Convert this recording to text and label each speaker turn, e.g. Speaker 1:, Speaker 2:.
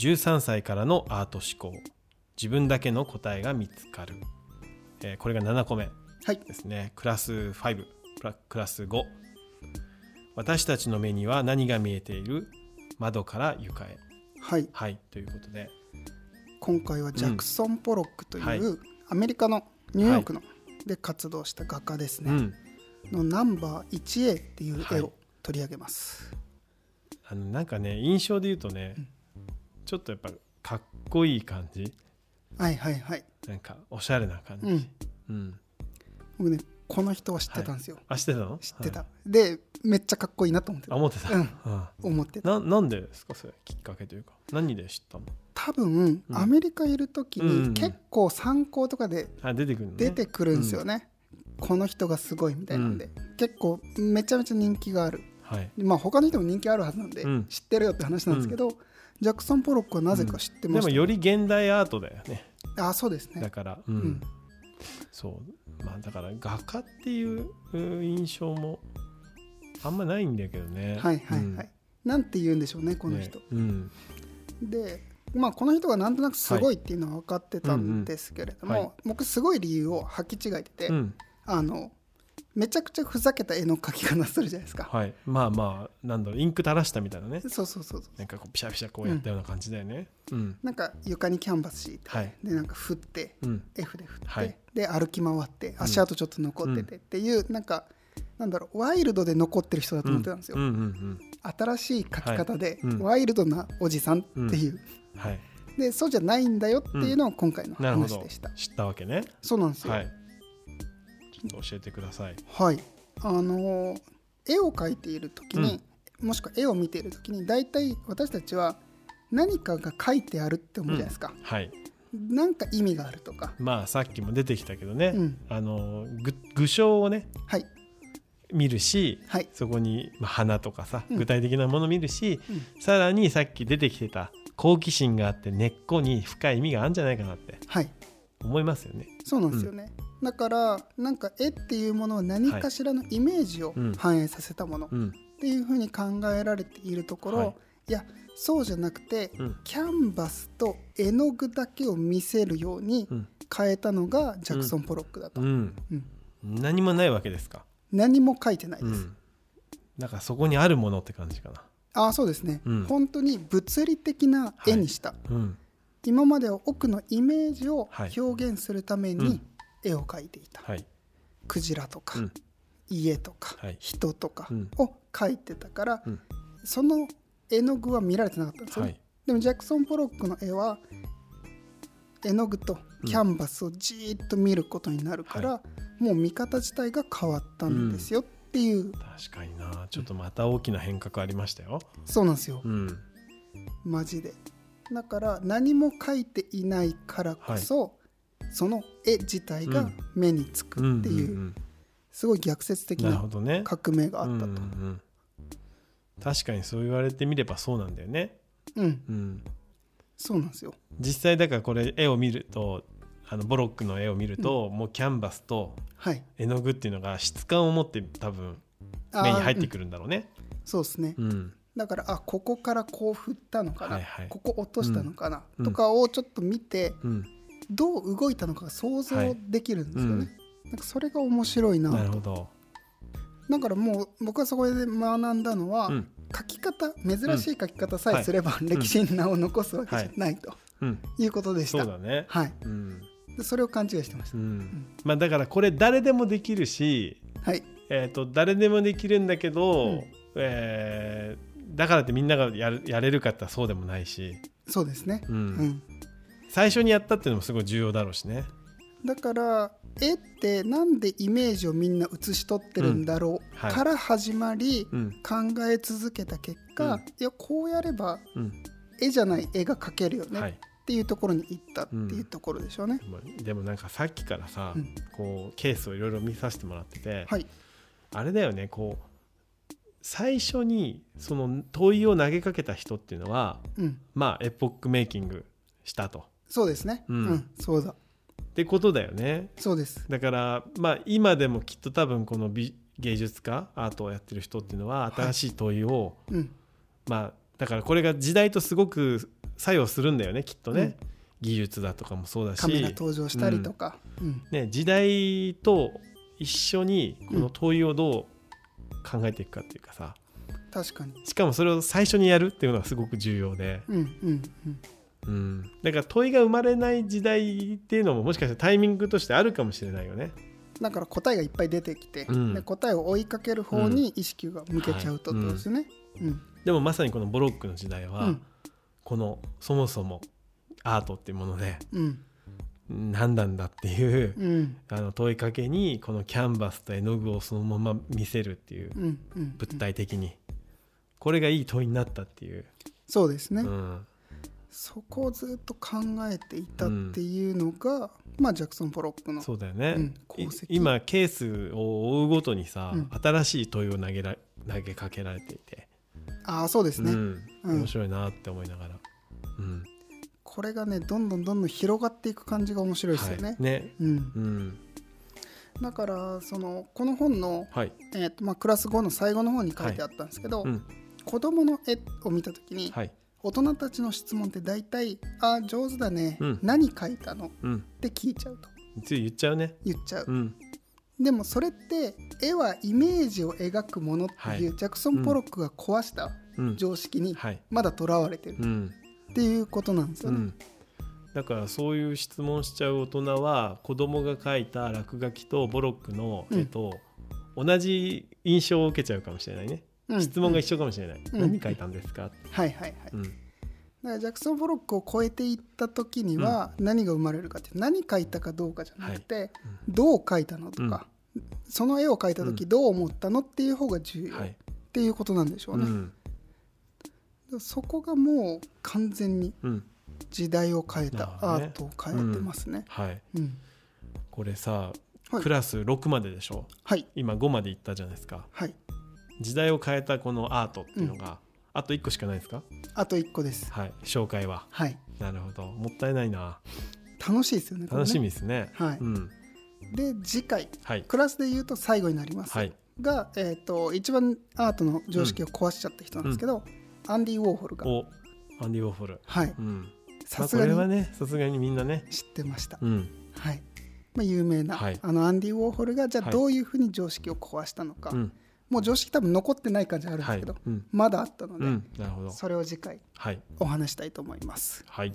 Speaker 1: 13歳からのアート思考自分だけの答えが見つかる、えーこれが7個目
Speaker 2: はい
Speaker 1: ですねクラス5プラクラス5私たちの目には何が見えている窓から床へ
Speaker 2: はい
Speaker 1: はいということで
Speaker 2: 今回はジャクソン・ポロックという、
Speaker 1: はい
Speaker 2: アメリカのニューヨークの、で活動した画家です
Speaker 1: う
Speaker 2: ね、
Speaker 1: ん
Speaker 2: のナンバー 1A っていう絵
Speaker 1: は
Speaker 2: を
Speaker 1: い
Speaker 2: 取り上げます、
Speaker 1: あのなんかね印象で言うとね、ちょっとやっぱかっこいい感じ
Speaker 2: はい、はいはい
Speaker 1: なんかおしゃれな感じ、
Speaker 2: うん
Speaker 1: うん
Speaker 2: 僕ねこの人は知ってたんですよ、
Speaker 1: あ知ってたの
Speaker 2: 知ってた、
Speaker 1: はい
Speaker 2: でめっちゃかっこいいなと思って
Speaker 1: あ
Speaker 2: た
Speaker 1: 思ってた、
Speaker 2: うん
Speaker 1: うん
Speaker 2: 思ってた
Speaker 1: ななんでですかそれきっかけというか何で知ったの
Speaker 2: 多分、
Speaker 1: うん
Speaker 2: アメリカいる時
Speaker 1: うんう
Speaker 2: に
Speaker 1: ん
Speaker 2: 結構参考とかで
Speaker 1: あ出てくるの、ね、
Speaker 2: 出てくるんですよね、この人がすごいみたいなんで、結構めちゃめちゃ人気がある
Speaker 1: はい
Speaker 2: まあ他の人も人気あるはずなんで、
Speaker 1: うん
Speaker 2: 知ってるよって話なんですけど、ジャクソン・ポロックはなぜか知って
Speaker 1: で
Speaker 2: ま
Speaker 1: も
Speaker 2: した、
Speaker 1: より現代アートだよね
Speaker 2: あそうですね
Speaker 1: だからうん、
Speaker 2: ん
Speaker 1: そうまあだから画家っていううん印象もあんまないんだけどね
Speaker 2: はいはいは
Speaker 1: う
Speaker 2: い、
Speaker 1: ん
Speaker 2: なんて言うんでしょうねこの人、
Speaker 1: ねうん
Speaker 2: でまあこの人がなんとなくすごいっていうのは分かってたんですけれども、
Speaker 1: はいうんうんは
Speaker 2: 僕すごい理由を履き違えてて、
Speaker 1: うん
Speaker 2: あのめちゃくちゃふざけた絵の描き方するじゃないですか、
Speaker 1: はいまあまあなんだろうインク垂らしたみたいなね
Speaker 2: そうそうそうそう
Speaker 1: なんかこうピシャピシャこうやったような感じだよねうん
Speaker 2: なんか床にキャンバス敷いて、
Speaker 1: はい
Speaker 2: でなんか振って
Speaker 1: うん、
Speaker 2: F で振って、
Speaker 1: はい
Speaker 2: で歩き回って足跡ちょっと残っててっていう、なんかなんだろうワイルドで残ってる人だと思ってたんですよ、
Speaker 1: うんうんうん
Speaker 2: 新しい書き方で、
Speaker 1: はいうん
Speaker 2: ワイルドなおじさんっていう、
Speaker 1: うんはい
Speaker 2: でそうじゃないんだよっていうのが今回の
Speaker 1: なるほど
Speaker 2: 話でした、
Speaker 1: 知ったわけね
Speaker 2: そうなんですよ
Speaker 1: は
Speaker 2: はい、
Speaker 1: いちょっと教えてください
Speaker 2: あのー絵を描いている時に、もしくは絵を見ている時に大体私たちは何かが書いてあるって思うじゃないですか、
Speaker 1: はい
Speaker 2: なんか意味があるとか
Speaker 1: まあさっきも出てきたけどね、
Speaker 2: うん
Speaker 1: あのぐ具象をね
Speaker 2: はい
Speaker 1: 見るし
Speaker 2: はい
Speaker 1: そこにまあ花とかさ
Speaker 2: うん
Speaker 1: 具体的なもの見るし、
Speaker 2: う
Speaker 1: さらにさっき出てきてた好奇心があって根っこに深い意味があるんじゃないかなって
Speaker 2: はい
Speaker 1: 思いますよね。
Speaker 2: そうなんですよね、だからなんか絵っていうものは何かしらのイメージを
Speaker 1: うん
Speaker 2: 反映させたものっ
Speaker 1: うん
Speaker 2: ていうふうに考えられているところ、
Speaker 1: はい
Speaker 2: い、やそうじゃなくて、
Speaker 1: うん
Speaker 2: キャンバスと絵の具だけを見せるように
Speaker 1: うん
Speaker 2: 変えたのがジャクソン・ポロックだと、
Speaker 1: うん、
Speaker 2: うん
Speaker 1: 何もないわけですか。
Speaker 2: 何も描いてないで
Speaker 1: う
Speaker 2: す、
Speaker 1: ん、なんかそこにあるものって感じかな。
Speaker 2: ああそうですね、
Speaker 1: うん
Speaker 2: 本当に物理的な絵にした、
Speaker 1: うん、
Speaker 2: 今までは奥のイメージを
Speaker 1: はい
Speaker 2: 表現するため
Speaker 1: う
Speaker 2: に
Speaker 1: ん
Speaker 2: 絵を描いていた、
Speaker 1: はい、
Speaker 2: クジラとか、
Speaker 1: うん
Speaker 2: 家とか、
Speaker 1: はい
Speaker 2: 人とか
Speaker 1: うん
Speaker 2: を描いてたから、
Speaker 1: うん
Speaker 2: その絵の具は見られてなかったんですよ
Speaker 1: は
Speaker 2: ね、
Speaker 1: い、
Speaker 2: でもジャクソン・ポロックの絵は絵の具とキャンバスをじーっと見ることになるから、もう見方自体が変わったんですよっていう、
Speaker 1: 確かにな、ちょっとまた大きな変革ありましたよ。
Speaker 2: そうなんですよ
Speaker 1: うん、
Speaker 2: マジでだから何も描いていないからこそ、その絵自体が目につく
Speaker 1: うん、
Speaker 2: っていう,、
Speaker 1: んん
Speaker 2: すごい逆説的
Speaker 1: なるほ
Speaker 2: な
Speaker 1: どね。
Speaker 2: 革命があったと
Speaker 1: うんうんうん確かにそう言われてみればそうなんだよね。
Speaker 2: うん
Speaker 1: うん、
Speaker 2: そうなんですよ
Speaker 1: 実際だからこれ絵を見るとあのボロックの絵を見ると、もうキャンバスと
Speaker 2: はい
Speaker 1: 絵の具っていうのが質感を持って多分
Speaker 2: あー
Speaker 1: 目に入ってく
Speaker 2: うん
Speaker 1: るんだろうね。
Speaker 2: そうですね、
Speaker 1: うん
Speaker 2: だからあここからこう振ったのかな、
Speaker 1: はいはい
Speaker 2: ここ落としたのかな、
Speaker 1: うん
Speaker 2: とかをちょっと見て、
Speaker 1: うん
Speaker 2: どう動いたのかが想像できるんですよね、
Speaker 1: はい
Speaker 2: なんかそれが面白いな
Speaker 1: なるほど。
Speaker 2: だからもう僕はそこで学んだのは、
Speaker 1: うん
Speaker 2: 書き方珍しい書き方さえすれば、
Speaker 1: ん
Speaker 2: 歴史に名を残すわけじゃないと
Speaker 1: うん、
Speaker 2: いうことでし
Speaker 1: そ
Speaker 2: た、
Speaker 1: うだ
Speaker 2: は
Speaker 1: ね。
Speaker 2: い
Speaker 1: うん
Speaker 2: でそれを勘違いしてま
Speaker 1: う
Speaker 2: した、
Speaker 1: んまあ、だからこれ誰でもできるし、
Speaker 2: はい
Speaker 1: えー、と誰でもできるんだけど、
Speaker 2: うん
Speaker 1: えーだからってみんながやるやれるかって言ったらそうでもないし、
Speaker 2: そうですね、
Speaker 1: うん
Speaker 2: うん、
Speaker 1: 最初にやったっていうのもすごい重要だろうしね。
Speaker 2: だから絵ってなんでイメージをみんな写し取ってるんだろう、
Speaker 1: うんはい
Speaker 2: から始まり、
Speaker 1: うん
Speaker 2: 考え続けた結果、
Speaker 1: うん
Speaker 2: いやこうやれば
Speaker 1: うん
Speaker 2: 絵じゃない絵が描けるよね、
Speaker 1: は
Speaker 2: っ
Speaker 1: い、
Speaker 2: ていうところに行ったっていうところでしょうね、
Speaker 1: まあでもなんかさっきからさ、
Speaker 2: うん
Speaker 1: こうケースをいろいろ見させてもらってて、
Speaker 2: はい
Speaker 1: あれだよねこう最初にその問いを投げかけた人っていうのは
Speaker 2: うん
Speaker 1: まあエポックメイキングしたと
Speaker 2: そうですね。う、
Speaker 1: うんん
Speaker 2: そうだ。
Speaker 1: ってことだよね
Speaker 2: そうです。
Speaker 1: だからまあ今でもきっと多分この美芸術家アートをやってる人っていうのは新しい問いを、
Speaker 2: うん、
Speaker 1: まあだからこれが時代とすごく作用するんだよねきっとね、技術だとかもそうだし
Speaker 2: カメラ登場したりとか、うん
Speaker 1: ね、時代と一緒にこの問いをどう考えていくかっていうかさ、
Speaker 2: 確かに
Speaker 1: しかもそれを最初にやるっていうのがすごく重要で、
Speaker 2: うんうんうん
Speaker 1: うん、だから問いが生まれない時代っていうのももしかしたらタイミングとしてあるかもしれないよね。
Speaker 2: だから答えがいっぱい出てきて、
Speaker 1: うん
Speaker 2: で答えを追いかける方に意識が向けちゃうとってことですね、うん
Speaker 1: でもまさにこのボロックの時代は、
Speaker 2: うん
Speaker 1: このそもそもアートっていうもので
Speaker 2: うん
Speaker 1: 何なんだっていう、
Speaker 2: うん
Speaker 1: あの問いかけにこのキャンバスと絵の具をそのまま見せるっていう
Speaker 2: うんうんうん
Speaker 1: 物体的に、これがいい問いになったっていう、
Speaker 2: そうですね、
Speaker 1: うん
Speaker 2: そこをずっと考えていたっていうのが、まあジャクソン・ポロックの
Speaker 1: そうだよね、
Speaker 2: うん
Speaker 1: い
Speaker 2: 功績
Speaker 1: 今ケースを追うごとにさ、
Speaker 2: うん
Speaker 1: 新しい問いを投げら投げかけられていて、
Speaker 2: ああそうですね、
Speaker 1: うん、
Speaker 2: うん
Speaker 1: 面白いなって思いながら、うん
Speaker 2: これがねどんどんどんどん広がっていく感じが面白いですよね、
Speaker 1: はい、ね、
Speaker 2: うん、
Speaker 1: うん、
Speaker 2: だからそのこの本の、
Speaker 1: はい、
Speaker 2: えーとまあ、クラス5の最後の方に書いてあったんですけど、
Speaker 1: うん、
Speaker 2: 子供の絵を見た時に、
Speaker 1: はい、
Speaker 2: 大人たちの質問って大体「あー上手だね、
Speaker 1: うん
Speaker 2: 何描いたの?」っ
Speaker 1: うん、
Speaker 2: て聞いちゃうと
Speaker 1: つい言っちゃうね、
Speaker 2: 言っちゃう、
Speaker 1: うん、
Speaker 2: でもそれって絵はイメージを描くものっていう、
Speaker 1: は
Speaker 2: ジャクソン・ポロックが壊した
Speaker 1: うん、
Speaker 2: 常識に
Speaker 1: はい、
Speaker 2: まだとらわれてる
Speaker 1: うん、
Speaker 2: っていうことなんです
Speaker 1: う
Speaker 2: よね。
Speaker 1: ん。だからそういう質問しちゃう大人は子供が描いた落書きとボロックの絵と同じ印象を受けちゃうかもしれないね、
Speaker 2: うん
Speaker 1: 質問が
Speaker 2: うん
Speaker 1: 一緒かもしれない、
Speaker 2: うん
Speaker 1: 何描いたんですか、
Speaker 2: はいはいはい。だか
Speaker 1: うん
Speaker 2: らジャクソン・ポロックを超えていった時には何が生まれるかっていう何描いたかどうかじゃなくて、どう描いたのとか、その絵を描いた時どう思ったのっていう方が重要
Speaker 1: は
Speaker 2: っ
Speaker 1: い、
Speaker 2: ていうことなんでしょう
Speaker 1: う
Speaker 2: ね。だか
Speaker 1: ん
Speaker 2: らそこがもう完全に
Speaker 1: うん
Speaker 2: 時代を変え
Speaker 1: な
Speaker 2: た
Speaker 1: る、ほど
Speaker 2: ア
Speaker 1: ね
Speaker 2: ートを変えてますね。
Speaker 1: はい、
Speaker 2: うん
Speaker 1: これさ、
Speaker 2: はい
Speaker 1: クラス6まででしょ
Speaker 2: はい
Speaker 1: 今5まで行ったじゃないですか
Speaker 2: はい。
Speaker 1: 時代を変えたこのアートっていうのが、あと1個しかないですか
Speaker 2: あと1個です。
Speaker 1: はい紹介は
Speaker 2: はい。
Speaker 1: なるほどもったいないな
Speaker 2: 楽しいですよね。これね
Speaker 1: 楽しみですね
Speaker 2: はい
Speaker 1: うん、
Speaker 2: で次回
Speaker 1: はい
Speaker 2: クラスで言うと最後になります。
Speaker 1: はい
Speaker 2: が、えー、と一番アートの常識を壊しちゃった人なんですけど、アンディ・ウォーホルが、
Speaker 1: おアンディ・ウォーホル
Speaker 2: はい、
Speaker 1: うんま
Speaker 2: さ
Speaker 1: あ、
Speaker 2: す
Speaker 1: こ
Speaker 2: が
Speaker 1: れは
Speaker 2: に
Speaker 1: ねさすがにみんなね、
Speaker 2: 知ってました、
Speaker 1: うん
Speaker 2: はいまあ、有名な、
Speaker 1: はい
Speaker 2: あのアンディ・ウォーホルがじゃ
Speaker 1: は
Speaker 2: あ
Speaker 1: い
Speaker 2: どういうふうに常識を壊したのか、
Speaker 1: うん、
Speaker 2: もう常識多分残ってない感じあるんです
Speaker 1: はい
Speaker 2: けど、
Speaker 1: うん
Speaker 2: まだあったの
Speaker 1: う
Speaker 2: で、
Speaker 1: ん、なるほど
Speaker 2: それを次回
Speaker 1: はい
Speaker 2: お話したいと思います。
Speaker 1: はい